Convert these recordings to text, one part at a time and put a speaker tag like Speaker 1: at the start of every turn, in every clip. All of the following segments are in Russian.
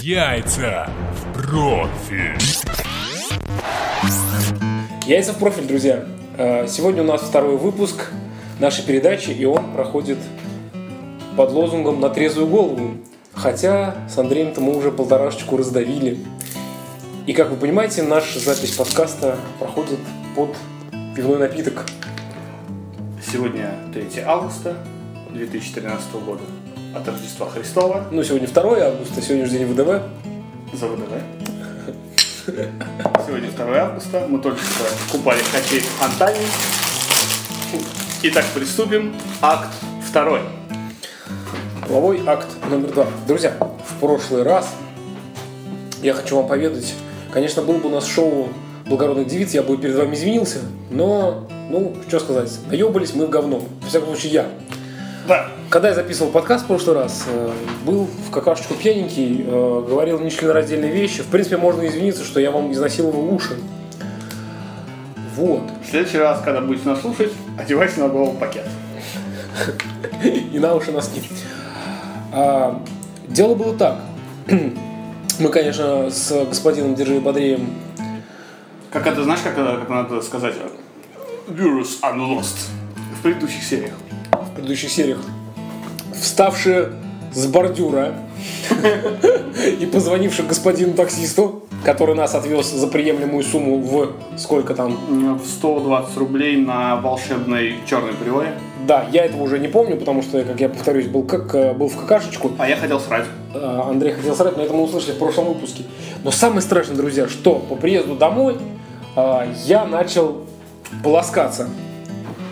Speaker 1: Яйца в профиль.
Speaker 2: Яйца в профиль, друзья. Э, Сегодня у нас второй выпуск нашей передачи, и он проходит под лозунгом «На трезвую голову». Хотя с Андреем-то мы уже полторашечку раздавили. И, как вы понимаете, наша запись подкаста проходит под пивной напиток.
Speaker 3: Сегодня 3 августа 2013 года. От Рождества Христова.
Speaker 2: Ну, сегодня 2 августа, сегодня же день ВДВ.
Speaker 3: За ВДВ. Сегодня 2 августа. Мы только что купали хоккей в фонтане. Итак, приступим. Акт второй.
Speaker 2: Половой акт номер два. Друзья, в прошлый раз я хочу вам поведать, конечно, был бы у нас шоу «Благородных девиц», я бы перед вами извинился, но, ну, что сказать, наебались мы в говно. Во всяком случае, я.
Speaker 3: Да.
Speaker 2: Когда я записывал подкаст в прошлый раз, э, был в какашечку пьяненький, э, говорил нечленораздельные вещи. В принципе, можно извиниться, что я вам изнасиловал уши. Вот.
Speaker 3: В следующий раз, когда будете нас слушать, одевайте на голову пакет.
Speaker 2: и на уши носки. А, дело было так. Мы, конечно, с господином Держи Бодреем
Speaker 3: Как это, знаешь, как, это- как надо сказать? Вирус unlost. В предыдущих сериях.
Speaker 2: в предыдущих сериях вставшие с бордюра и позвонившие господину таксисту, который нас отвез за приемлемую сумму в сколько там.
Speaker 3: В 120 рублей на волшебной черной приоре.
Speaker 2: Да, я этого уже не помню, потому что, как я повторюсь, был, как, э, был в какашечку.
Speaker 3: А я хотел срать.
Speaker 2: Э, Андрей хотел срать, но это мы услышали в прошлом выпуске. Но самое страшное, друзья, что по приезду домой э, я начал полоскаться.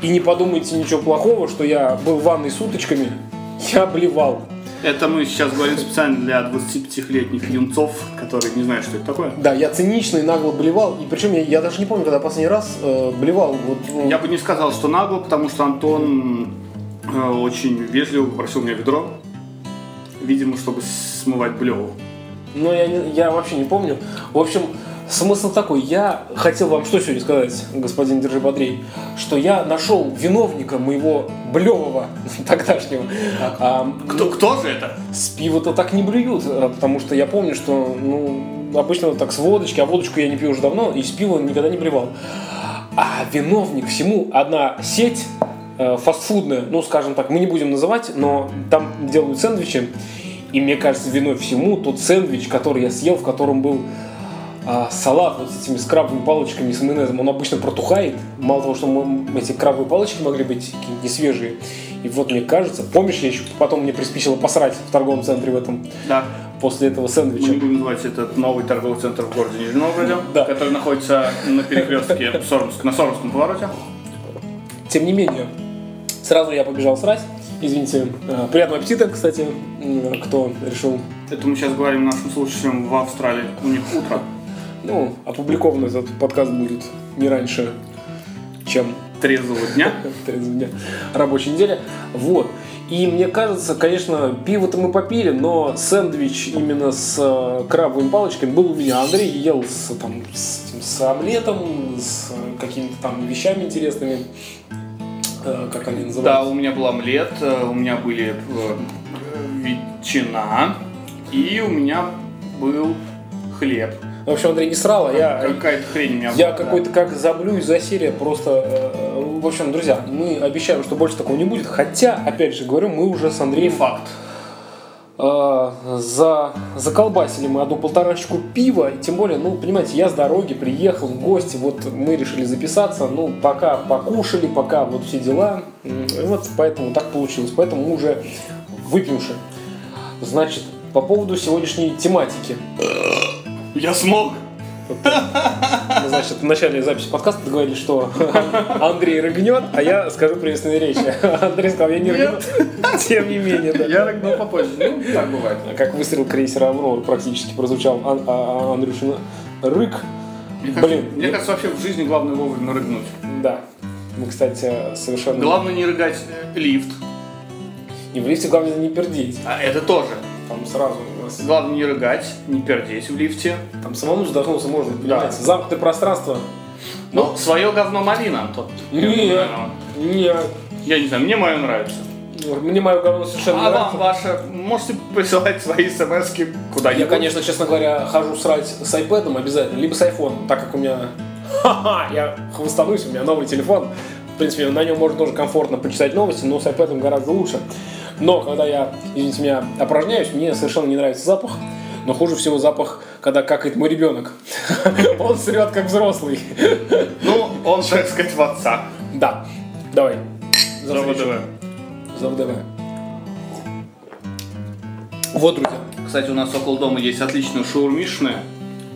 Speaker 2: И не подумайте ничего плохого, что я был в ванной с уточками, я блевал.
Speaker 3: Это мы сейчас говорим специально для 25-летних юнцов, которые не знают, что это такое.
Speaker 2: Да, я цинично и нагло блевал. И причем я, я даже не помню, когда последний раз э, блевал. Вот, ну,
Speaker 3: Я бы не сказал, что нагло, потому что Антон э, очень вежливо попросил меня ведро. Видимо, чтобы смывать блеву.
Speaker 2: Но я, не- я вообще не помню. В общем, смысл такой. Я хотел вам что сегодня сказать, господин Держи Бодрей, что я нашел виновника моего блевого тогдашнего. А,
Speaker 3: Кто, кто же это?
Speaker 2: С пива-то так не блюют, а, потому что я помню, что ну, обычно вот так с водочки, а водочку я не пью уже давно, и с пива никогда не блевал. А виновник всему одна сеть э, фастфудная, ну, скажем так, мы не будем называть, но там делают сэндвичи, и мне кажется, виной всему тот сэндвич, который я съел, в котором был а, салат вот с этими скрабовыми палочками с майонезом, он обычно протухает. Мало того, что мы- эти крабовые палочки могли быть какие-нибудь не свежие. И вот мне кажется, помнишь, я еще потом мне приспичило посрать в торговом центре в этом
Speaker 3: Да.
Speaker 2: после этого
Speaker 3: Мы не
Speaker 2: сэндвича.
Speaker 3: будем называть этот новый торговый центр в городе Нижнем Новгороде,
Speaker 2: Да.
Speaker 3: который находится на перекрестке Сормск, на Сормском повороте.
Speaker 2: Тем не менее, сразу я побежал срать. Извините, Э, приятного аппетита, кстати, м, кто решил,
Speaker 3: Это мы сейчас говорим нашим слушателям в Австралии. У них утро.
Speaker 2: ну, опубликован этот подкаст будет не раньше, чем
Speaker 3: Трезвого дня.
Speaker 2: Трезвый день. Рабочая неделя. Вот. И мне кажется, конечно, пиво-то мы попили, но сэндвич именно с э, крабовыми палочками был у меня. Андрей ел с, там, с, этим, с омлетом, с э, какими-то там вещами интересными. Э, как они
Speaker 3: Да,
Speaker 2: называются?
Speaker 3: у меня был омлет, э, у меня были э, ветчина, и у меня был хлеб.
Speaker 2: В общем, Андрей не срал, а я...
Speaker 3: Какая-то хрень у меня
Speaker 2: Я
Speaker 3: была, да.
Speaker 2: какой-то как заблюсь за серия просто... э, В общем, друзья, мы обещаем, что больше такого не будет. Хотя, опять же говорю, мы уже с
Speaker 3: Не
Speaker 2: Андреем
Speaker 3: факт.
Speaker 2: э, за, заколбасили мы одну полторашечку пива, и тем более, ну, понимаете, я с дороги приехал в гости, вот мы решили записаться, ну, пока покушали, пока вот все дела, М, и вот поэтому так получилось, поэтому мы уже выпивши. Значит, по поводу сегодняшней тематики.
Speaker 3: Я смог.
Speaker 2: Мы, Значит, в начале записи подкаста договорились, что Андрей рыгнет, а я скажу приветственные речи. Андрей сказал, я не рыгну. Тем не менее, да.
Speaker 3: Я рыгнул попозже. Ну, так бывает.
Speaker 2: как выстрел крейсера «Аврора» практически прозвучал Ан- а- а- Андрюшин рык.
Speaker 3: Мне
Speaker 2: Блин,
Speaker 3: кажется, мне кажется, вообще в жизни главное вовремя рыгнуть.
Speaker 2: да. Мы, кстати, совершенно...
Speaker 3: Главное не рыгать э, лифт.
Speaker 2: И в лифте главное не пердеть.
Speaker 3: А это тоже.
Speaker 2: Там сразу у нас...
Speaker 3: Главное не рыгать, не пердеть в лифте.
Speaker 2: Там самому задохнуться можно, понимаете? Замкнутое пространство.
Speaker 3: Ну, свое говно малина, Антон.
Speaker 2: Нет. Нет.
Speaker 3: Я не знаю, мне мое нравится.
Speaker 2: Мне мое говно совершенно не
Speaker 3: А вам
Speaker 2: нравится.
Speaker 3: ваше... Можете присылать свои смс куда
Speaker 2: Я, конечно, честно говоря, хожу срать с айпэдом обязательно, либо с айфоном, так как у меня... Ха-ха, я хвостанусь, у меня новый телефон. В принципе, на нем можно тоже комфортно почитать новости, но с айпэдом гораздо лучше. Но когда я, извините меня, опорожняюсь, мне совершенно не нравится запах. Но хуже всего запах, когда какает мой ребенок. Он срет как взрослый.
Speaker 3: Ну, он, так сказать, в отца.
Speaker 2: Да, давай. За
Speaker 3: За
Speaker 2: встречу.
Speaker 3: ВДВ.
Speaker 2: За ВДВ. Вот, друзья.
Speaker 3: Кстати, у нас около дома есть отличная шаурмишная,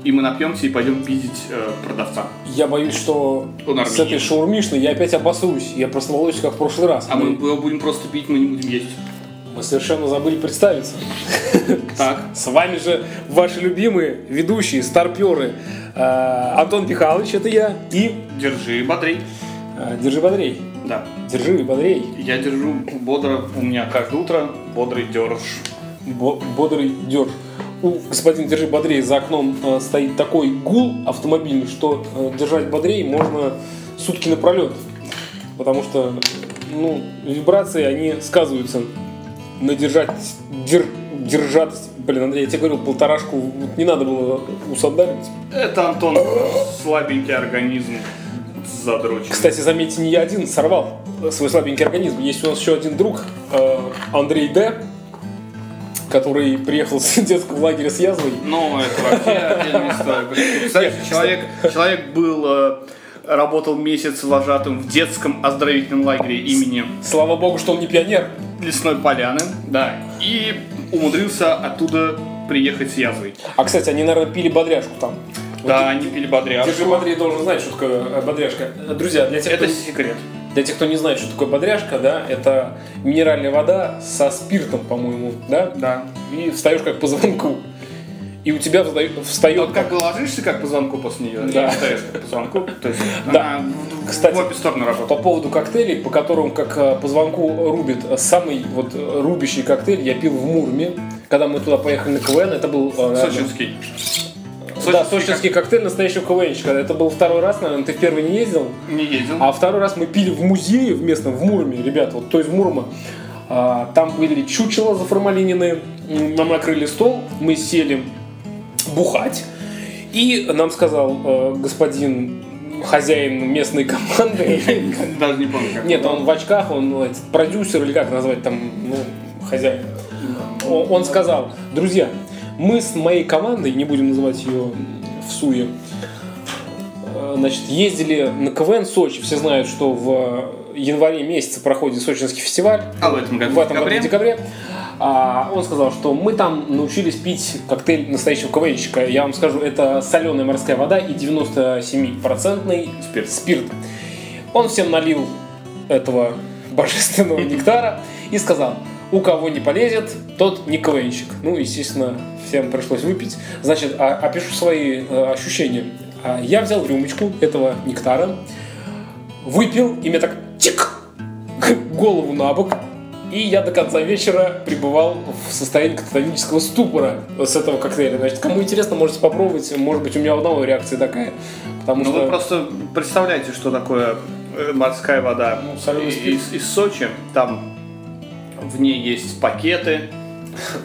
Speaker 3: и мы напьемся и пойдем пиздить э, продавца.
Speaker 2: Я боюсь, что
Speaker 3: Он
Speaker 2: с
Speaker 3: армянин.
Speaker 2: этой шаурмишной я опять обоссуюсь. Я прословлюсь, как в прошлый раз.
Speaker 3: А мы его будем просто пить, мы не будем есть.
Speaker 2: Мы совершенно забыли представиться.
Speaker 3: Так.
Speaker 2: С вами же ваши любимые ведущие, старперы. Э, Антон Михайлович, это я. И
Speaker 3: Держи, бодрей.
Speaker 2: э, Держи Бодрей.
Speaker 3: Да.
Speaker 2: Держи Бодрей.
Speaker 3: Я держу бодро, у меня каждое утро бодрый держ.
Speaker 2: Бо- Бодрый Держ. У господин Держи Бодрей за окном э, стоит такой гул автомобильный, что э, держать Бодрей можно сутки напролет. Потому что ну, вибрации, они сказываются на держать, дер, держатость. Блин, Андрей, я тебе говорил, полторашку вот не надо было усандалить.
Speaker 3: Это, Антон, слабенький организм задрочен.
Speaker 2: Кстати, заметьте, не я один сорвал свой слабенький организм. Есть у нас еще один друг, э, Андрей Д., который приехал с детского лагеря с язвой.
Speaker 3: Ну, это вообще отдельная история. Блин, представляешь, человек, человек был, э, работал месяц вожатым в детском оздоровительном лагере имени
Speaker 2: Слава богу, что он не пионер.
Speaker 3: Лесной Поляны, да, и умудрился оттуда приехать с язвой.
Speaker 2: А, кстати, они, наверное, пили бодряшку там.
Speaker 3: Да, они пили бодряшку.
Speaker 2: Держи Андрей должен знать, что такое э, бодряшка. Друзья, для тех,
Speaker 3: Это
Speaker 2: кто...
Speaker 3: секрет.
Speaker 2: Для тех, кто не знает, что такое бодряшка, да, это минеральная вода со спиртом, по-моему, да?
Speaker 3: Да.
Speaker 2: И встаешь как по звонку. И у тебя встает... встает
Speaker 3: Вот как бы ложишься как по звонку после нее,
Speaker 2: Да.
Speaker 3: и встаешь как по звонку. То есть
Speaker 2: Да.
Speaker 3: она в-
Speaker 2: Кстати,
Speaker 3: в обе стороны
Speaker 2: По
Speaker 3: работает.
Speaker 2: поводу коктейлей, по которым как э, по звонку рубит, э, самый вот э, рубящий коктейль я пил в Мурме, когда мы туда поехали на КВН, это был... э, наверное,
Speaker 3: Сочинский.
Speaker 2: Да, сочинский коктейль настоящего КВНщика. Это был второй раз, наверное, ты в первый не ездил.
Speaker 3: Не ездил.
Speaker 2: А второй раз мы пили в музее в местном, в Мурме, ребята, вот то из Мурма. А, Там были чучела заформалинины, м, нам накрыли стол, мы сели бухать. И нам сказал э, господин хозяин местной команды,
Speaker 3: Даже не помню как.
Speaker 2: нет, он в очках, он ну, этот, продюсер или как назвать там, ну, хозяин. О- Он сказал, друзья, мы с моей командой, не будем называть ее в Суе, э, значит, ездили на КВН в Сочи. Все знают, что в э, январе месяце проходит Сочинский фестиваль
Speaker 3: А в этом году,
Speaker 2: в этом году
Speaker 3: декабре?
Speaker 2: в декабре. А, он сказал, что мы там научились пить коктейль настоящего КВНщика. Я вам скажу, это соленая морская вода и 97-процентный
Speaker 3: Спирт.
Speaker 2: Он всем налил этого божественного нектара и сказал, у кого не полезет, тот не КВНщик. Ну, естественно, всем пришлось выпить. Значит, а- опишу свои э, ощущения. А, Я взял рюмочку этого нектара, выпил, и мне так тик, голову на бок, и я до конца вечера пребывал в состоянии кататонического ступора с этого коктейля. Значит, кому интересно, можете попробовать, может быть, у меня у одного реакция такая, потому
Speaker 3: Ну
Speaker 2: что...
Speaker 3: вы просто представляете, что такое э, морская вода
Speaker 2: Ну, соленый
Speaker 3: И-
Speaker 2: спирт.
Speaker 3: из, из Сочи. Там в ней есть пакеты,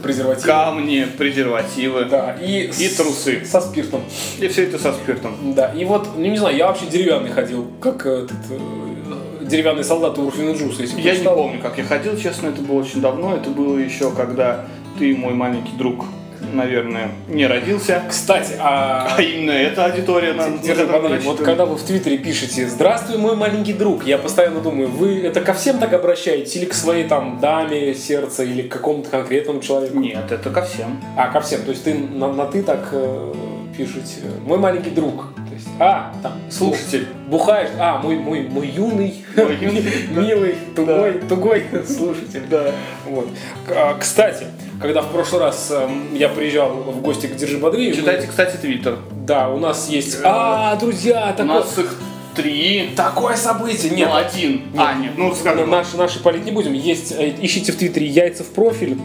Speaker 2: презервативы.
Speaker 3: камни, презервативы.
Speaker 2: Да, и,
Speaker 3: И трусы.
Speaker 2: Со спиртом.
Speaker 3: И все это со спиртом.
Speaker 2: Да, и вот, ну не знаю, я вообще деревянный ходил, как э, этот, э, деревянный солдат у Урфина Джуса, если
Speaker 3: Я не
Speaker 2: прочитал.
Speaker 3: помню, как я ходил, честно, это было очень давно. Это было еще, когда ты, мой маленький друг, наверное, не родился.
Speaker 2: Кстати, а...
Speaker 3: А именно эта аудитория нам
Speaker 2: Держи,
Speaker 3: вот это
Speaker 2: Андрей, вот
Speaker 3: рассчитывает.
Speaker 2: когда вы в Твиттере пишете «Здравствуй, мой маленький друг», я постоянно думаю, вы это ко всем так обращаетесь или к своей там даме сердца, или к какому-то конкретному человеку?
Speaker 3: Нет, это ко всем.
Speaker 2: А, ко всем. То есть ты на, на «ты» так э, пишете «Мой маленький друг». То есть, а, там,
Speaker 3: Слушатель.
Speaker 2: бухаешь, а, мой, мой, мой юный,
Speaker 3: Мой юный, да.
Speaker 2: милый, тугой, тугой слушатель.
Speaker 3: Да.
Speaker 2: Вот. К- а, Кстати, когда в прошлый раз эм, я приезжал в гости к Держи Бодрию,
Speaker 3: Читайте, кстати, твиттер.
Speaker 2: да, у нас есть... А, друзья,
Speaker 3: У
Speaker 2: такой...
Speaker 3: нас их три.
Speaker 2: Такое событие! Нет,
Speaker 3: Ну, один. А, нет, ну
Speaker 2: ну,
Speaker 3: скажем,
Speaker 2: наши, наши палить не будем. Есть, э, ищите в Твиттере яйца в профиль.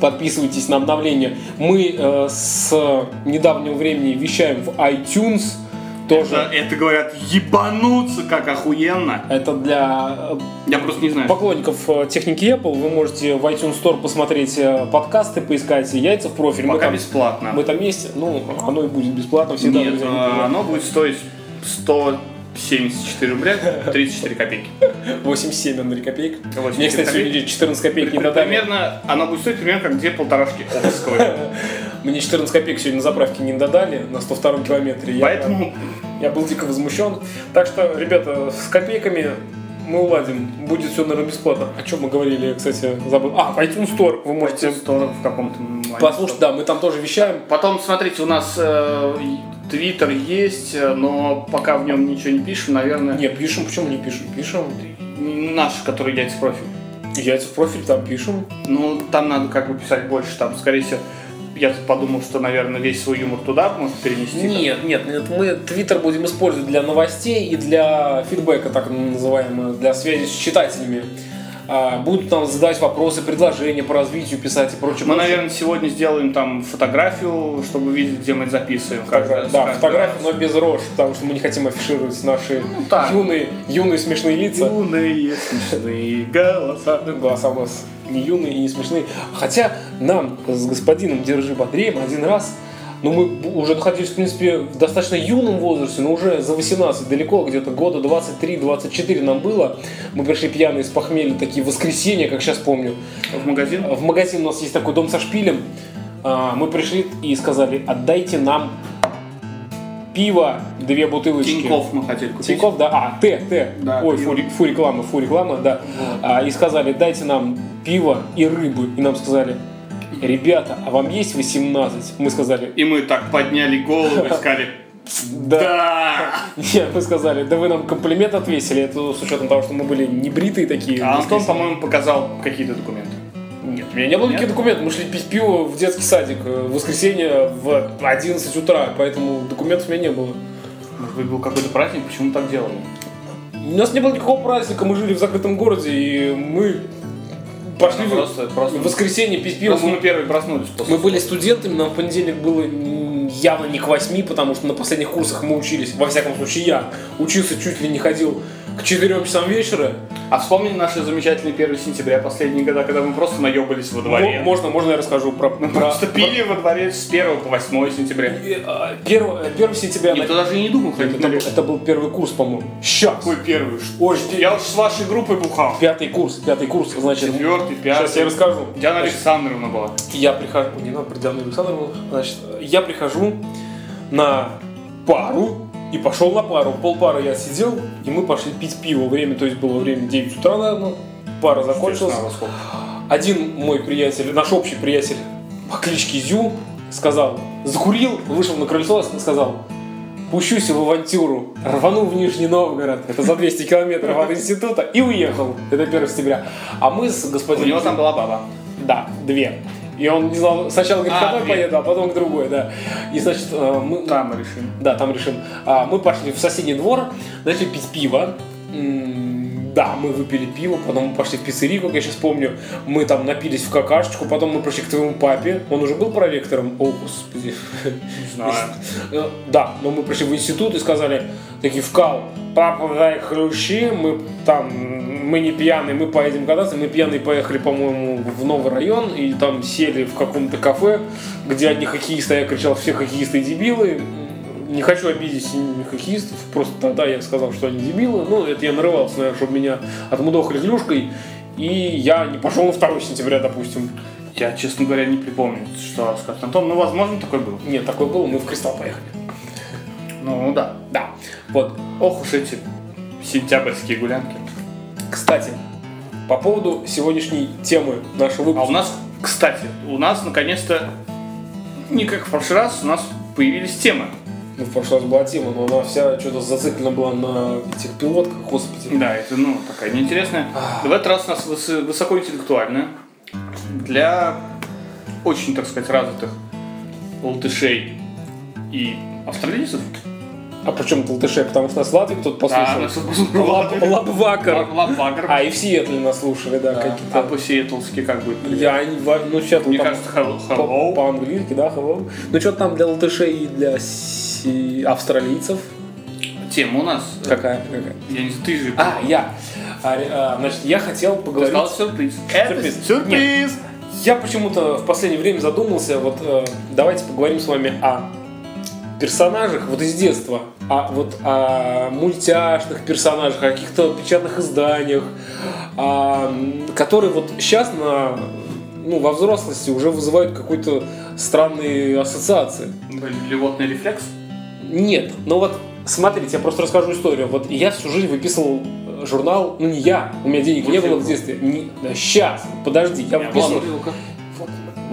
Speaker 2: Подписывайтесь на обновления. Мы э, с недавнего времени вещаем в iTunes, Тоже.
Speaker 3: Это, это говорят, ебануться как охуенно.
Speaker 2: Это для э,
Speaker 3: Я просто не знаю.
Speaker 2: поклонников э, техники Apple. Вы можете в iTunes Store посмотреть э, подкасты, поискать яйца в профиль. мы,
Speaker 3: Пока
Speaker 2: там,
Speaker 3: бесплатно.
Speaker 2: мы там есть. Ну, оно и будет бесплатно всегда.
Speaker 3: Нет,
Speaker 2: друзья, не
Speaker 3: а,
Speaker 2: переживайте.
Speaker 3: оно будет стоить 174 рубля 34 копейки.
Speaker 2: 87, Андрей, копеек.
Speaker 3: 87
Speaker 2: Мне, кстати,
Speaker 3: копеек.
Speaker 2: сегодня 14 копеек не додали.
Speaker 3: Примерно, оно будет стоить примерно как две полторашки Обского.
Speaker 2: Мне 14 копеек сегодня на заправке не додали на 102 километре. Я-
Speaker 3: Поэтому
Speaker 2: Я был дико возмущен. Так что, ребята, с копейками мы уладим. Будет все, наверное, бесплатно. О чем мы говорили, кстати, забыл. А, в iTunes Store вы можете
Speaker 3: iTunes Store в каком-то моменте.
Speaker 2: послушать. Да, мы там тоже вещаем.
Speaker 3: Потом, смотрите, у нас э, Твиттер есть, э, но пока в нем ничего не пишем, наверное.
Speaker 2: Не, пишем, почему не пишем? Пишем.
Speaker 3: Наш, который яйца профиль.
Speaker 2: Яйца в профиль там пишем.
Speaker 3: Ну, там надо как бы писать больше, там, скорее всего, я тут подумал, что, наверное, весь свой юмор туда может перенести.
Speaker 2: Нет, нет, нет, мы Twitter будем использовать для новостей и для фидбэка, так называемого, для связи с читателями. А, Будут нам задавать вопросы, предложения по развитию писать и прочее.
Speaker 3: Мы,
Speaker 2: прочее.
Speaker 3: наверное, сегодня сделаем там фотографию, чтобы видеть, где мы записываем.
Speaker 2: Фотогра-
Speaker 3: Каждый-
Speaker 2: Да,
Speaker 3: каждый
Speaker 2: фотографии, но
Speaker 3: раз. Ну,
Speaker 2: без рож, потому что мы не хотим афишировать наши
Speaker 3: так.
Speaker 2: юные, юные смешные лица.
Speaker 3: Юные смешные голоса.
Speaker 2: Голоса у нас не юные и не смешные. Хотя нам с господином Держи Бодреем один раз, ну мы б- уже находились, в принципе, в достаточно юном возрасте, но уже за 18, далеко, где-то года 23-24 нам было. Мы пришли пьяные с похмелья, такие воскресенья, как сейчас помню.
Speaker 3: В магазин?
Speaker 2: В магазин у нас есть такой дом со шпилем. А, Мы пришли и сказали, отдайте нам пиво, две бутылочки.
Speaker 3: Тиньков мы хотели купить.
Speaker 2: Тинькофф, да, а, Т, Т,
Speaker 3: Да,
Speaker 2: ой,
Speaker 3: пиво.
Speaker 2: фу, ре- фу, реклама, фу, реклама, да, А, и сказали, дайте нам пиво и рыбы, и нам сказали, ребята, а вам есть 18? Мы сказали,
Speaker 3: И мы так подняли голову и сказали,
Speaker 2: да,
Speaker 3: да.
Speaker 2: нет, мы сказали, да вы нам комплимент отвесили, это с учетом того, что мы были небритые такие.
Speaker 3: А Антон, по-моему, показал какие-то документы.
Speaker 2: Нет, у меня не было никаких документов, мы шли пить пиво в детский садик э, в воскресенье в 11 утра, поэтому документов у меня не было.
Speaker 3: Может быть, был какой-то праздник, почему так делали?
Speaker 2: У нас не было никакого праздника, мы жили в закрытом городе, и мы пошли в-
Speaker 3: Просто, просто,
Speaker 2: в воскресенье пить пиво.
Speaker 3: просто мы
Speaker 2: Мы,
Speaker 3: первые проснулись после.
Speaker 2: мы были студентами, нам в понедельник было м, явно не к восьми, потому что на последних курсах мы учились, во всяком случае я, учился чуть ли не ходил к 4 часам вечера.
Speaker 3: А вспомни наши замечательные 1 сентября, последние года, когда мы просто наебались во
Speaker 2: Мо-
Speaker 3: дворе.
Speaker 2: Можно, можно я расскажу про...
Speaker 3: Мы
Speaker 2: про-
Speaker 3: просто пили во дворе с 1 по 8 сентября.
Speaker 2: Э, а, Первое, первое сентября...
Speaker 3: Никто даже и не думал ходить
Speaker 2: Это,
Speaker 3: на
Speaker 2: был,
Speaker 3: лес.
Speaker 2: это был первый курс, по-моему. Сейчас.
Speaker 3: Какой первый? Ш-
Speaker 2: Ой,
Speaker 3: Я уж с вашей группой бухал.
Speaker 2: пятый курс, пятый курс, значит...
Speaker 3: Четвертый, пятый.
Speaker 2: Сейчас я расскажу.
Speaker 3: Диана
Speaker 2: Значит,
Speaker 3: Александровна была.
Speaker 2: Я прихожу, не надо передо мной Александровну. значит, я прихожу на пару и пошел на пару. Полпары я сидел, и мы пошли пить пиво. Время, то есть было время 9 утра, наверное. Пара закончилась.
Speaker 3: Честно, во сколько?
Speaker 2: Один мой приятель, наш общий приятель по кличке Зю, сказал, закурил, вышел на крыльцо и сказал, пущусь в авантюру, рвану в Нижний Новгород, это за 200 километров от института, и уехал. Это 1 сентября. А мы с
Speaker 3: У
Speaker 2: господином...
Speaker 3: него там была баба.
Speaker 2: Да, две. И он не знал, сначала говорит, к
Speaker 3: А,
Speaker 2: одной
Speaker 3: две.
Speaker 2: поеду, а потом к другой, да. И значит, э, мы...
Speaker 3: Там решим.
Speaker 2: Да, там решим. А, мы пошли в соседний двор, начали пить пиво. М, Да, мы выпили пиво, потом мы пошли в пиццерию, как я сейчас помню. Мы там напились в какашечку, потом мы пришли к твоему папе. Он уже был проректором. О, господи.
Speaker 3: Не знаю.
Speaker 2: Э, Да, но мы пришли в институт и сказали, такие, вкал, папа, дай ключи, мы там, мы не пьяные, мы поедем кататься, мы пьяные поехали, по-моему, в новый район, и там сели в каком-то кафе, где одни хоккеисты, а я кричал, все хоккеисты дебилы, не хочу обидеть ни хоккеистов, просто тогда я сказал, что они дебилы, ну, это я нарывался, наверное, чтобы меня отмудохали клюшкой, и я не пошел на 2 сентября, допустим.
Speaker 3: Я, честно говоря, не припомню, что скажет Антон. Ну, возможно, такой был.
Speaker 2: Нет, такое было, мы в Кристалл поехали.
Speaker 3: Ну, да.
Speaker 2: Да, вот.
Speaker 3: Ох уж эти сентябрьские гулянки.
Speaker 2: Кстати, по поводу сегодняшней темы нашего
Speaker 3: А у
Speaker 2: выпуска.
Speaker 3: нас, кстати, у нас наконец-то, не как в прошлый раз, у нас появились темы.
Speaker 2: Ну, в прошлый раз была тема, но она вся что-то зациклена была на этих пилотках, господи.
Speaker 3: Да, это, ну, такая неинтересная. В этот раз у нас выс- высокоинтеллектуальная. Для очень, так сказать, развитых латышей и австралийцев.
Speaker 2: А причем Талтыше, потому что нас Латвик тут
Speaker 3: А,
Speaker 2: послушал.
Speaker 3: нас послушали.
Speaker 2: Лаб- Лабвакар.
Speaker 3: Лаб- Лабвагар.
Speaker 2: А, и все это нас слушали, да,
Speaker 3: А
Speaker 2: какие-то.
Speaker 3: по-сиэтлски как будет?
Speaker 2: Я не во- ну сейчас
Speaker 3: Мне кажется, hello. hello.
Speaker 2: по-английски, да, hello. Ну что там для латышей и для си- австралийцев?
Speaker 3: тема у нас. Э,
Speaker 2: Какая? Какая?
Speaker 3: Я не знаю, ты же...
Speaker 2: А, я. А, ре- а, значит, я хотел
Speaker 3: Ты
Speaker 2: поговорить...
Speaker 3: сказал сюрприз. Это
Speaker 2: Сюрприз.
Speaker 3: сюрприз!
Speaker 2: Я почему-то в последнее время задумался, вот э, давайте поговорим с вами о персонажах вот из детства, а вот о мультяшных персонажах, о каких-то печатных изданиях, а, м, которые вот сейчас на ну, во взрослости уже вызывают какой-то странные ассоциации.
Speaker 3: Блин, Блевотный рефлекс.
Speaker 2: Нет, ну вот смотрите, я просто расскажу историю. Вот я всю жизнь выписывал э, журнал, ну не я, у меня денег не было в детстве. Не- да, сейчас, подожди, я
Speaker 3: У меня
Speaker 2: выписывал.
Speaker 3: была бутылка.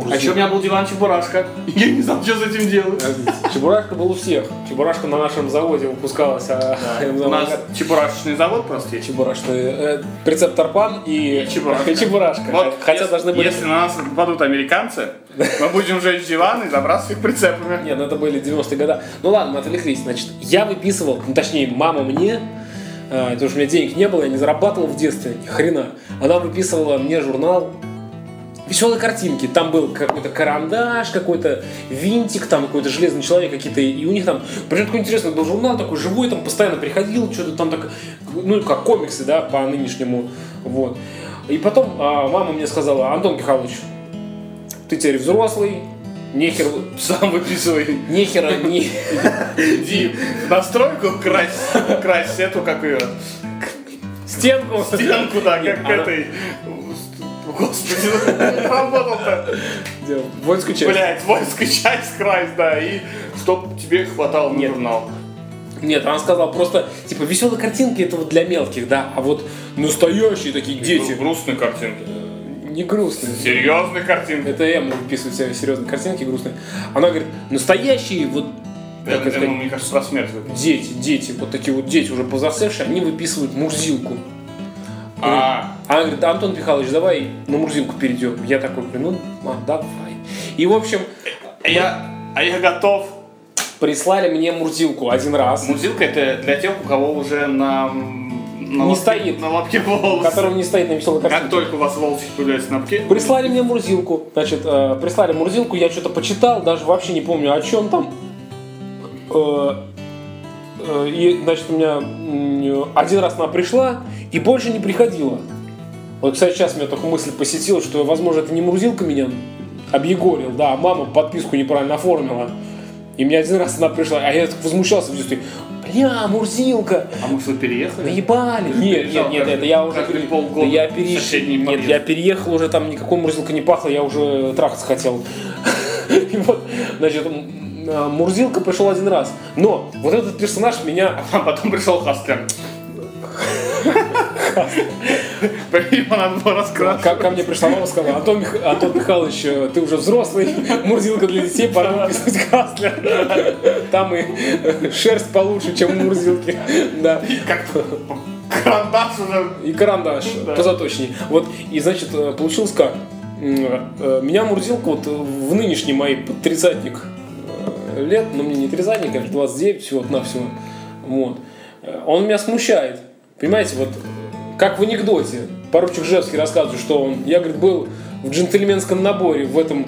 Speaker 3: А еще у меня был диван Чебурашка. Я не знал, что с этим делать.
Speaker 2: Э, Чебурашка был у всех. Чебурашка на нашем заводе выпускалась. а я не
Speaker 3: У
Speaker 2: знаю,
Speaker 3: нас
Speaker 2: как-
Speaker 3: чебурашечный завод просто есть.
Speaker 2: Чебурашка. э, Прицеп Тарпан и
Speaker 3: И Чебурашка.
Speaker 2: и Чебурашка.
Speaker 3: Вот,
Speaker 2: Хотя
Speaker 3: если-
Speaker 2: должны были...
Speaker 3: Если на нас нападут американцы, мы будем жечь диван и забрасывать их прицепами.
Speaker 2: Нет, ну это были 90-е годы. Ну ладно, мы отвлеклись. Значит, я выписывал, ну, точнее, мама мне, э, потому что у меня денег не было, я не зарабатывал в детстве, ни хрена. Она выписывала мне журнал веселые картинки. Там был какой-то карандаш, какой-то винтик, там какой-то железный человек, какие-то. И у них там. Причем такой интересный был журнал, такой живой, там постоянно приходил, что-то там так. Ну, как комиксы, да, по нынешнему. Вот. И потом а, мама мне сказала, Антон Михайлович, ты теперь взрослый, нехер,
Speaker 3: Сам выписывай.
Speaker 2: нехера не...
Speaker 3: Иди в настройку, крась, крась эту, как ее,
Speaker 2: Стенку.
Speaker 3: стенку, да,
Speaker 2: Нет,
Speaker 3: как
Speaker 2: она-
Speaker 3: этой. Господи, работал-то.
Speaker 2: Воинскую часть.
Speaker 3: Блять, войско часть крась, да, и чтоб тебе хватало на
Speaker 2: Нет.
Speaker 3: журнал.
Speaker 2: Нет, она сказала просто, типа, веселые картинки это вот для мелких, да, а вот настоящие такие дети.
Speaker 3: Грустные картинки.
Speaker 2: Не грустные.
Speaker 3: Серьезные картинки.
Speaker 2: Это Эмма выписывает себе серьезные картинки грустные. Она говорит, настоящие вот как
Speaker 3: Это,
Speaker 2: это
Speaker 3: ну,
Speaker 2: сказать,
Speaker 3: мне кажется, про смерть. выписано.
Speaker 2: дети, дети, вот такие вот дети уже повзрослевшие, они выписывают мурзилку.
Speaker 3: А,
Speaker 2: Она говорит, Антон Михайлович, давай на мурзилку перейдем. Я такой, блин, ну, а, давай. И, в общем,
Speaker 3: я, а я готов.
Speaker 2: прислали мне мурзилку один раз.
Speaker 3: Музилка это для тех, у кого уже на, на
Speaker 2: Не
Speaker 3: лобке-
Speaker 2: стоит.
Speaker 3: на лобке
Speaker 2: у
Speaker 3: волос.
Speaker 2: которого не стоит на веселой
Speaker 3: Как
Speaker 2: картинке.
Speaker 3: только у вас волосы появляются на лобке,
Speaker 2: Прислали мне Мурзилку. Значит, э, прислали Мурзилку, я что-то почитал, даже вообще не помню, о чем там. Э, э, и, значит, у меня м, один раз она пришла и больше не приходила. Вот, кстати, сейчас меня только мысль посетила, что, возможно, это не Мурзилка меня объегорил, да, а мама подписку неправильно оформила. И мне один раз она пришла, а я так возмущался в детстве. Бля, Мурзилка,
Speaker 3: а мы что, переехали?
Speaker 2: Наебали. Нет, нет,
Speaker 3: переезжал
Speaker 2: нет,
Speaker 3: каждый-
Speaker 2: это я уже
Speaker 3: каждые
Speaker 2: пере-
Speaker 3: полгода
Speaker 2: да я
Speaker 3: в
Speaker 2: переезж-
Speaker 3: соседний
Speaker 2: Нет,
Speaker 3: подъезд.
Speaker 2: я переехал уже там никакой мурзилка не пахло, я уже трахаться хотел. И вот, значит, м, а, мурзилка пришел один раз. Но вот этот персонаж меня
Speaker 3: А потом пришел Хаскер. Его надо было раскрасить.
Speaker 2: ко, ко мне пришла мама и сказала, Антон, Мих- Антон Михайлович, э, ты уже взрослый, мурзилка для детей, пора выписывать Хаслер. Там и э, шерсть получше, чем у мурзилки. Да.
Speaker 3: Как-то карандаш уже...
Speaker 2: и карандаш
Speaker 3: Да.
Speaker 2: позаточнее. Вот, и значит, э, получилось как? М, э, Меня Мурзилка вот э, в нынешний мой под тридцатник э, лет, но мне не тридцатник, конечно, 29 всего на всего. Вот. Э, Он меня смущает. Понимаете, вот э, как в анекдоте. Поручик Жевский рассказывает, что он, я, говорит, был в джентльменском наборе, в этом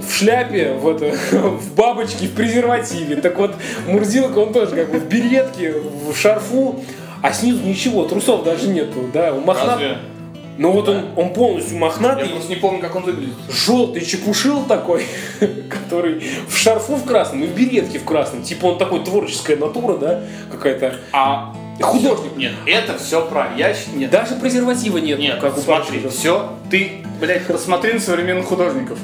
Speaker 2: в шляпе, в, это, в бабочке, в презервативе. Так вот, Мурзилка, он тоже как бы в беретке, в шарфу, а снизу ничего, трусов даже нету, да, он мохнатый.
Speaker 3: Разве?
Speaker 2: Ну вот он, он полностью
Speaker 3: Я
Speaker 2: мохнатый,
Speaker 3: просто не помню, как он выглядит.
Speaker 2: желтый чепушил такой, который в шарфу в красном и в беретке в красном. Типа он такой творческая натура, да, какая-то.
Speaker 3: А
Speaker 2: Художник.
Speaker 3: Нет, это все про ящик. Нет,
Speaker 2: Даже презерватива нет.
Speaker 3: нет,
Speaker 2: как у
Speaker 3: смотри,
Speaker 2: Парченко.
Speaker 3: все. Ты, блядь, посмотри на современных художников.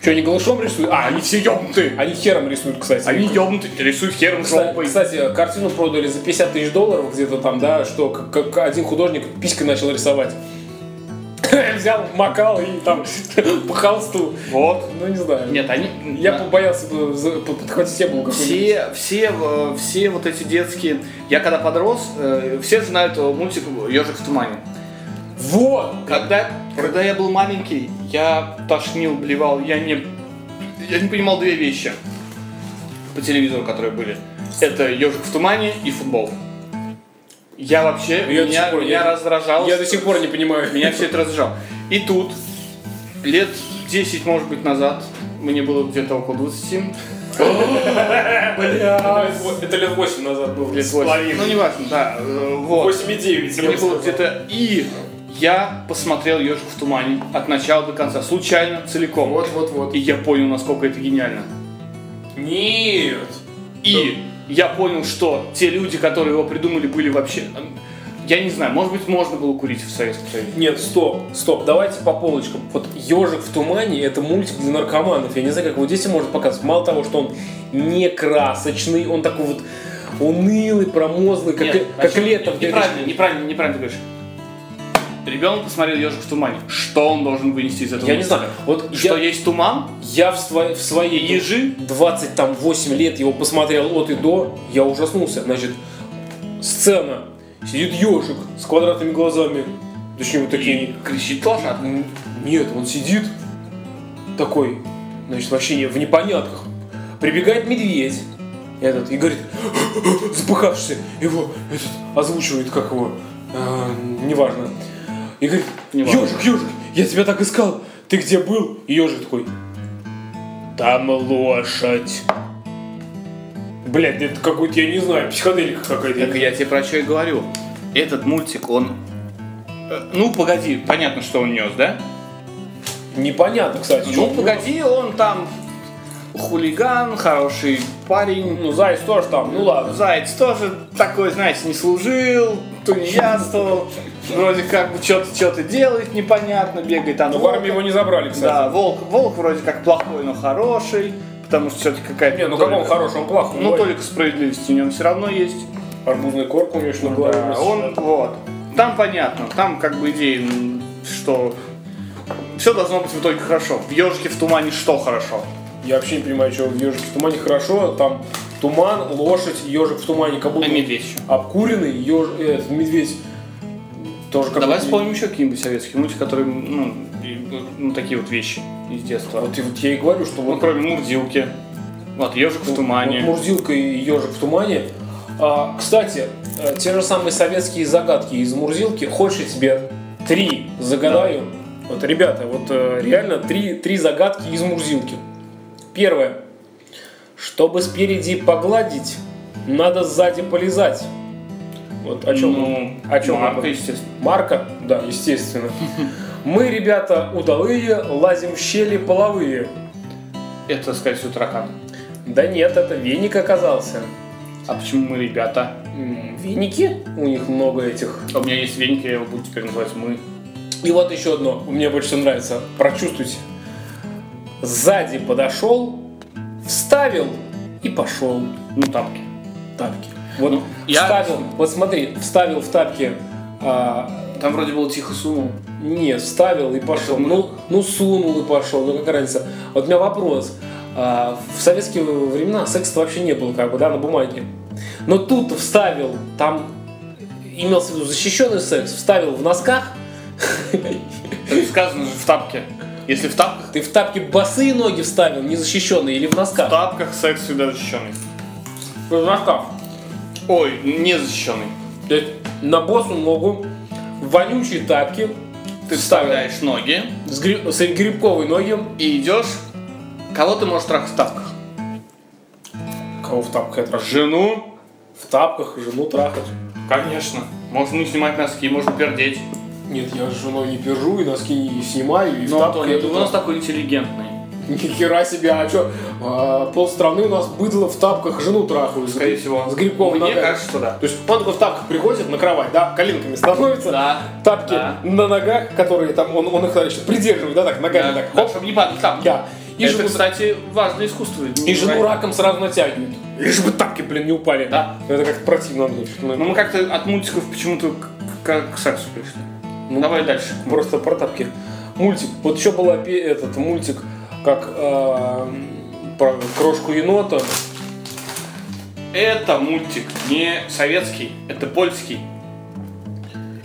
Speaker 2: Что, они голышом рисуют? А, они все
Speaker 3: ёбнутые.
Speaker 2: Они хером рисуют, кстати.
Speaker 3: Они ёбнутые. Рисуй хером
Speaker 2: Кстати,
Speaker 3: жопой.
Speaker 2: кстати, картину продали за 50 тысяч долларов где-то там, да, что как, как один художник писькой начал рисовать. Взял, макал и там по холсту.
Speaker 3: Вот.
Speaker 2: Ну, не знаю.
Speaker 3: Нет, они...
Speaker 2: Я
Speaker 3: на-
Speaker 2: побоялся бы за- под- подхватить тему какую-нибудь.
Speaker 3: Все, все, э, все вот эти детские... Я когда подрос, э, все знают э, мультик «Ежик в тумане».
Speaker 2: Вот!
Speaker 3: Когда, когда я был маленький, я тошнил, блевал, я не, я не понимал две вещи по телевизору, которые были. Это ежик в тумане и футбол. Я вообще,
Speaker 2: Ну, Я до
Speaker 3: меня,
Speaker 2: сих пор-
Speaker 3: меня
Speaker 2: я-
Speaker 3: раздражало.
Speaker 2: Я
Speaker 3: что-
Speaker 2: до сих пор не понимаю.
Speaker 3: Меня все это раздражало. И тут, лет 10, может быть, назад, мне было где-то около 20,
Speaker 2: Бля, это лет 8 назад был,
Speaker 3: Лет
Speaker 2: с
Speaker 3: восемь. Ну,
Speaker 2: половиной.
Speaker 3: неважно, да. э, Вот.
Speaker 2: 8,9. я бы
Speaker 3: Мне было
Speaker 2: сказал.
Speaker 3: где-то и я посмотрел «Ежик в тумане» от начала до конца, случайно, целиком.
Speaker 4: Вот, вот, вот.
Speaker 3: И я понял, насколько это гениально.
Speaker 2: Нет.
Speaker 3: И я понял, что те люди, которые его придумали, были вообще... эм, Я не знаю, может быть, можно было курить в Советском Союзе.
Speaker 2: Нет, стоп, стоп, давайте по полочкам. Вот «Ежик в тумане» — это мультик для наркоманов. Я не знаю, как его детям можно показывать. Мало того, что он не красочный, он такой вот унылый, промозглый, как,
Speaker 3: Нет,
Speaker 2: как
Speaker 3: а чё-
Speaker 2: лето. в 2000.
Speaker 3: Неправильно, неправильно, неправильно ты говоришь. Ребенок посмотрел «Ежик в тумане». Что он должен вынести из этого?
Speaker 2: Я не
Speaker 3: мультика?
Speaker 2: знаю. Вот
Speaker 3: Что
Speaker 2: я,
Speaker 3: есть туман,
Speaker 2: я в, своей- в
Speaker 3: и
Speaker 2: своей
Speaker 3: ежи,
Speaker 2: 28 лет его посмотрел от и до, я ужаснулся. Значит, сцена. Сидит ежик с квадратными глазами. Точнее, вот такие.
Speaker 3: и кричит лошадка.
Speaker 2: М, Ну, Нет, он сидит такой, значит, вообще не- в непонятках. Прибегает медведь этот и говорит, запыхавшийся, его этот, озвучивает, как его, э, неважно. И говорит,
Speaker 3: Неважно.
Speaker 2: ежик, ежик, я тебя так искал, ты где был? И ежик такой, там лошадь. Блядь, это какой-то, я не знаю, психоделика
Speaker 3: Так
Speaker 2: какая-то.
Speaker 3: я тебе про что и говорю. Этот мультик, он... э, Ну, погоди, понятно, что он нес, да?
Speaker 2: Непонятно, кстати. чё
Speaker 3: Ну,
Speaker 2: он-
Speaker 3: погоди, он там хулиган, хороший парень.
Speaker 2: Ну, заяц тоже там, ну ладно.
Speaker 3: Заяц тоже такой, знаете, не служил, тунеядствовал. Вроде как бы что-то что-то делает непонятно, бегает там.
Speaker 2: Но Ну, в
Speaker 3: волком.
Speaker 2: армию его не забрали, кстати.
Speaker 3: Да, волк, волк вроде как плохой, но хороший. Потому что все-таки какая-то...
Speaker 2: Не, ну
Speaker 3: толика-
Speaker 2: как он хороший, он плохой.
Speaker 3: Ну, только справедливости у него все равно есть.
Speaker 2: арбузный корк у него ещё на голове.
Speaker 3: Ну, Да, он вот. Там понятно, там как бы идея, м, что все должно быть в итоге хорошо. В ежике в тумане что хорошо?
Speaker 2: Я вообще не понимаю, что в ежике в тумане хорошо, там туман, лошадь, ежик в тумане, как будто
Speaker 3: А медведь.
Speaker 2: обкуренный, еж... этот медведь тоже как
Speaker 3: Давай
Speaker 2: будто-
Speaker 3: вспомним еще какие-нибудь советские мультики, которые, ну, и, ну, такие вот вещи из детства.
Speaker 2: Вот, и вот я и говорю, что
Speaker 3: Ну,
Speaker 2: вот,
Speaker 3: кроме Мурзилки. Вот, ежик в
Speaker 2: вот
Speaker 3: тумане.
Speaker 2: Мурзилка и ежик в тумане. А, кстати, э, те же самые советские загадки из Мурзилки. Хочешь, я тебе три загадаю? Вот, ребята, вот э, реально три, три загадки из Мурзилки. Первое. Чтобы спереди погладить, надо сзади полезать. Вот о чем?
Speaker 3: Ну,
Speaker 2: о чем
Speaker 3: Марка,
Speaker 2: мы?
Speaker 3: естественно.
Speaker 2: Марка? Да, естественно. Мы, ребята, удалые, лазим в щели половые.
Speaker 3: Это, скорее всего, таракан.
Speaker 2: Да нет, это веник оказался.
Speaker 3: А почему мы ребята? А
Speaker 2: М, Веники? У них много этих.
Speaker 3: У меня есть веники, я его буду теперь называть мы.
Speaker 2: И вот еще одно, мне больше всего нравится. Прочувствуйте. Сзади подошел, вставил и пошел
Speaker 3: Ну, тапки.
Speaker 2: тапки. Вот
Speaker 3: Ну, я-
Speaker 2: вставил, вот смотри, вставил в тапки, а,
Speaker 3: Там вроде было тихо сунул.
Speaker 2: не, вставил и пошел.
Speaker 3: Это мы.
Speaker 2: Ну, ну сунул и пошел, ну какая разница. Вот у меня вопрос. А, в советские времена секса вообще не было, как бы, да, на бумаге. Но тут вставил, там имелся в виду защищенный секс, вставил в носках,
Speaker 3: Это Сказано же в тапке. Если в тапках,
Speaker 2: Ты в тапки босые ноги вставил, незащищенные, или в
Speaker 3: в
Speaker 2: носках?
Speaker 3: тапках секс всегда защищенный.
Speaker 2: В носках.
Speaker 3: Ой, не защищенный.
Speaker 2: То есть на босу ногу, в вонючие тапки,
Speaker 3: Ты
Speaker 2: вставил.
Speaker 3: вставляешь ноги
Speaker 2: с, гри- с грибковой ноги.
Speaker 3: и идешь. Кого ты можешь трахать в тапках?
Speaker 2: Кого в тапках это раз?
Speaker 3: Жену.
Speaker 2: В тапках жену трахать.
Speaker 3: Конечно. Можно не снимать носки, можно пердеть.
Speaker 2: Нет, я с женой не пержу, и носки не снимаю, и в
Speaker 3: Ну,
Speaker 2: тапках
Speaker 3: Антоний,
Speaker 2: это
Speaker 3: ты у нас
Speaker 2: трахаю.
Speaker 3: такой интеллигентный.
Speaker 2: Ни хера себе, а что? полстраны у нас быдло в тапках жену трахают. с
Speaker 3: Скорее
Speaker 2: гри-
Speaker 3: всего.
Speaker 2: С грибковой
Speaker 3: Мне
Speaker 2: ногой.
Speaker 3: кажется, что да.
Speaker 2: То есть он такой в тапках приходит на кровать, да, коленками становится.
Speaker 3: Да.
Speaker 2: Тапки
Speaker 3: Да.
Speaker 2: на ногах, которые там, он, он их значит, придерживает, да, так, ногами
Speaker 3: Да,
Speaker 2: так.
Speaker 3: да,
Speaker 2: Хоп,
Speaker 3: чтобы не падали тапки.
Speaker 2: Да. И,
Speaker 3: Это,
Speaker 2: жену,
Speaker 3: кстати, важное искусство.
Speaker 2: и жену
Speaker 3: Невероятно.
Speaker 2: раком сразу натягивают. Лишь бы тапки, блин, не упали.
Speaker 3: Да.
Speaker 2: Это как-то противно мне. что,
Speaker 3: Но
Speaker 2: наверное.
Speaker 3: Ну, мы как-то от мультиков почему-то к, к- к сексу пришли.
Speaker 2: Ну,
Speaker 3: Давай дальше.
Speaker 2: Просто про тапки. Мультик. Вот еще был опе- этот мультик, как э, про крошку енота.
Speaker 3: Это мультик не советский, это польский.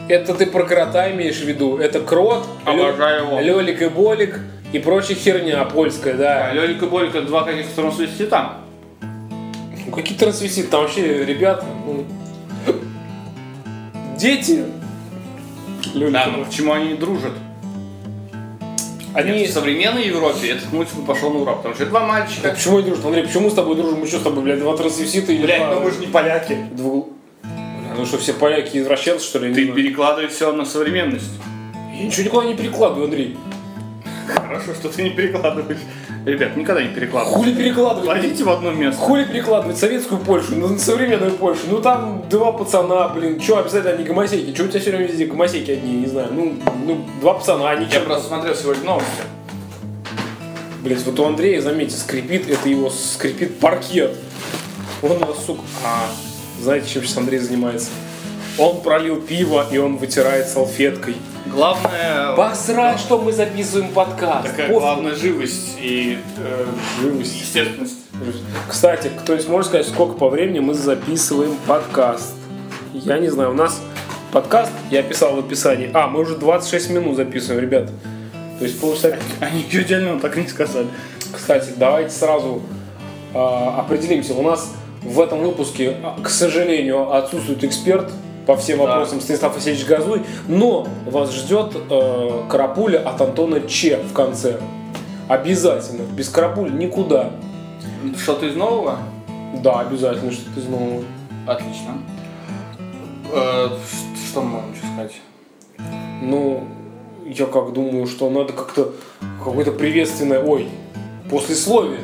Speaker 2: Это ты про крота имеешь в виду. Это крот,
Speaker 3: Обожаю его.
Speaker 2: лелик и болик и прочая херня польская, да.
Speaker 3: Лёлик и Борька два каких-то трансвестита. там.
Speaker 2: Ну, Какие трансвеститы, там вообще ребята, ну, дети. Лёлик
Speaker 3: Да,
Speaker 2: и
Speaker 3: но
Speaker 2: Болик.
Speaker 3: ну. почему они не дружат?
Speaker 2: Они...
Speaker 3: Нет, в современной Европе этот мультик бы пошел на ура, потому что это два
Speaker 2: Да
Speaker 3: мальчика.
Speaker 2: почему они дружат? Андрей, почему мы с тобой дружим? Мы что с тобой, блядь, два трансвестита или
Speaker 3: Блять,
Speaker 2: два...
Speaker 3: ну мы же не поляки.
Speaker 2: дву- Бля, Ну что, все поляки извращенцы, что ли? Я не
Speaker 3: Ты
Speaker 2: знаю.
Speaker 3: перекладывай все на современность.
Speaker 2: Я ничего никуда не перекладываю, Андрей.
Speaker 3: Хорошо, что ты не перекладываешь. Ребят, никогда не перекладывай.
Speaker 2: Хули перекладывать?
Speaker 3: Кладите в одно место.
Speaker 2: Хули перекладывать советскую Польшу на современную Польшу? Ну там два пацана, блин, чё обязательно они гомосеки? Чё у тебя все время везде гомосеки одни, не знаю. Ну, ну два пацана, они
Speaker 3: Я
Speaker 2: чем
Speaker 3: просто смотрел сегодня новости.
Speaker 2: Блять, вот у Андрея, заметьте, скрипит, это его скрипит паркет. Он нас, сука, а, знаете, чем сейчас Андрей занимается? Он пролил пиво, и он вытирает салфеткой.
Speaker 3: Главное...
Speaker 2: Посрать, что мы записываем подкаст.
Speaker 3: Такая
Speaker 2: Пофиг.
Speaker 3: главная живость и э,
Speaker 2: Живость.
Speaker 3: естественность.
Speaker 2: Кстати, кто-нибудь может сказать, сколько по времени мы записываем подкаст? Я не знаю, у нас подкаст, я писал в описании, а, мы уже 26 минут записываем, ребят. То есть полчаса...
Speaker 3: Они ничего отдельного так и не сказали.
Speaker 2: Кстати, давайте сразу э, определимся. У нас в этом выпуске, а, к сожалению, отсутствует эксперт по всем
Speaker 3: Да.
Speaker 2: вопросам Станислав Васильевич Газуй, но вас ждет э, карапуля от Антона Че в конце. Обязательно. Без карапуля никуда.
Speaker 3: Что-то из нового?
Speaker 2: Да, обязательно что-то из нового.
Speaker 3: Отлично. Э, ш- что мы можем еще сказать?
Speaker 2: Ну, я как думаю, что надо как-то какое-то приветственное, ой, послесловие.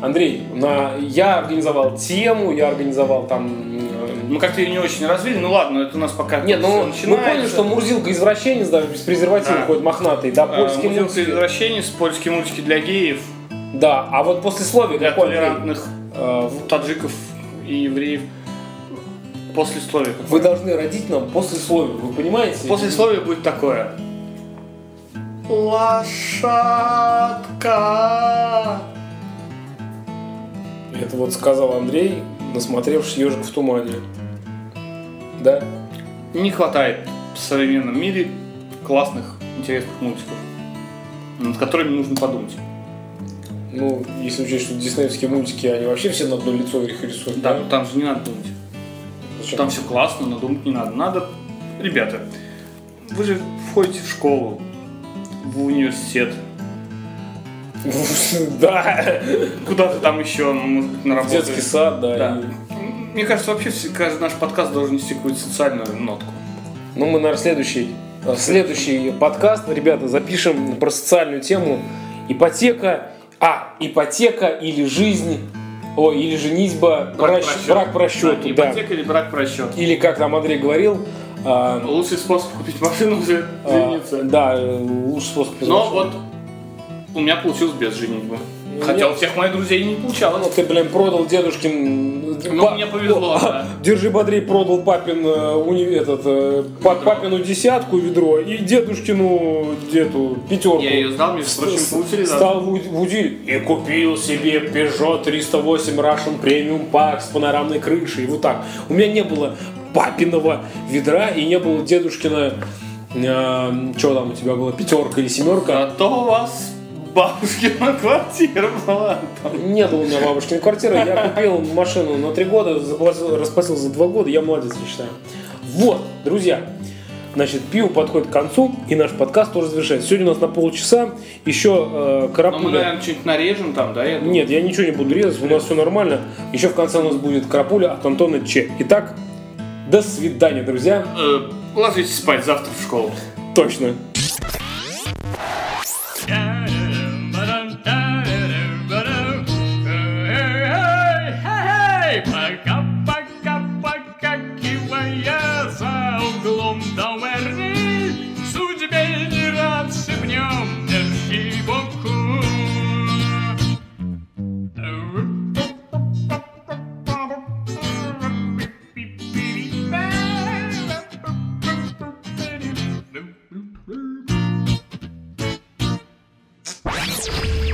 Speaker 2: Андрей, на, я организовал тему, я организовал там... э,
Speaker 3: Мы как-то ее не очень развили, ну ладно, это у нас пока
Speaker 2: Нет,
Speaker 3: всё
Speaker 2: ну мы
Speaker 3: начинается.
Speaker 2: поняли, что Мурзилка извращенец, даже без презерватива
Speaker 3: Да.
Speaker 2: ходит мохнатый, да,
Speaker 3: Э,
Speaker 2: польский
Speaker 3: мультик
Speaker 2: мультик.
Speaker 3: извращенец, польские мультики для геев,
Speaker 2: Да, а вот послесловие
Speaker 3: для
Speaker 2: какое, Андрей?
Speaker 3: толерантных
Speaker 2: Э, в-
Speaker 3: таджиков и евреев. Послесловие какое?
Speaker 2: Вы должны родить нам послесловие, вы понимаете?
Speaker 3: Послесловие будет такое. Лошадка.
Speaker 2: Это вот сказал Андрей, насмотревшись ежик в тумане. Да?
Speaker 3: Не хватает в современном мире классных, интересных мультиков, над которыми нужно подумать.
Speaker 2: Ну, если учесть, что диснеевские мультики, они вообще все на одно лицо их рисуют.
Speaker 3: Да, ну там же не надо думать.
Speaker 2: Зачем?
Speaker 3: Там все классно, но думать не надо. Надо, ребята, вы же входите в школу, в университет,
Speaker 2: Да,
Speaker 3: куда-то там еще, может быть, на
Speaker 2: в
Speaker 3: работу.
Speaker 2: детский сад, да.
Speaker 3: Да.
Speaker 2: и-
Speaker 3: Мне кажется, вообще все- каждый наш подкаст должен нести какую-то социальную нотку.
Speaker 2: Ну, мы, наверное, следующий, следующий подкаст, ребята, запишем про социальную тему. Ипотека, а, ипотека или жизнь, ой, или женитьба, брак,
Speaker 3: по расчёту.
Speaker 2: брак по счету, да.
Speaker 3: Ипотека или брак по расчету.
Speaker 2: Или, как там Андрей говорил, а,
Speaker 3: Лучший способ купить машину уже
Speaker 2: а,
Speaker 3: жениться.
Speaker 2: да, э, лучший способ
Speaker 3: Но
Speaker 2: произошел.
Speaker 3: вот у меня получилось без женитьбы.
Speaker 2: Ну,
Speaker 3: Хотя
Speaker 2: нет.
Speaker 3: у всех моих друзей не
Speaker 2: Ну,
Speaker 3: получалось.
Speaker 2: ты, блин, продал дедушкин...
Speaker 3: Ну,
Speaker 2: ба-
Speaker 3: мне повезло, да.
Speaker 2: Держи бодрей продал папин э, уни, этот э, па- папину десятку ведро и дедушкину дету пятерку.
Speaker 3: Я ее сдал, между прочим,
Speaker 2: С-
Speaker 3: по утилизации.
Speaker 2: Стал в уд- в удиль и купил себе Peugeot 308 Russian Premium Pack с панорамной крышей. Вот так. У меня не было папиного ведра и не было дедушкина... что там у тебя было? Пятерка или семерка?
Speaker 3: Зато у вас бабушкина квартира была.
Speaker 2: Не было у меня бабушкиной квартиры. Я купил машину на три года, заплатил- расплатил за два года. Я молодец, я считаю. Вот, друзья. Значит, пиво подходит к концу, и наш подкаст тоже завершается. Сегодня у нас на полчаса еще э,
Speaker 3: Но Ну, мы,
Speaker 2: карапуля.
Speaker 3: наверное, что-нибудь нарежем там, да? я думаю?
Speaker 2: Нет, я ничего не буду резать, у нас все нормально. Еще в конце у нас будет карапуля от Антона Че. Итак, до свидания, друзья.
Speaker 3: Э, Ложитесь спать завтра в школу.
Speaker 2: Точно.
Speaker 4: Пока-пока-пока, кивая за углом до Эрни, Судьбе не рад шепнем, держи боку. Thank you.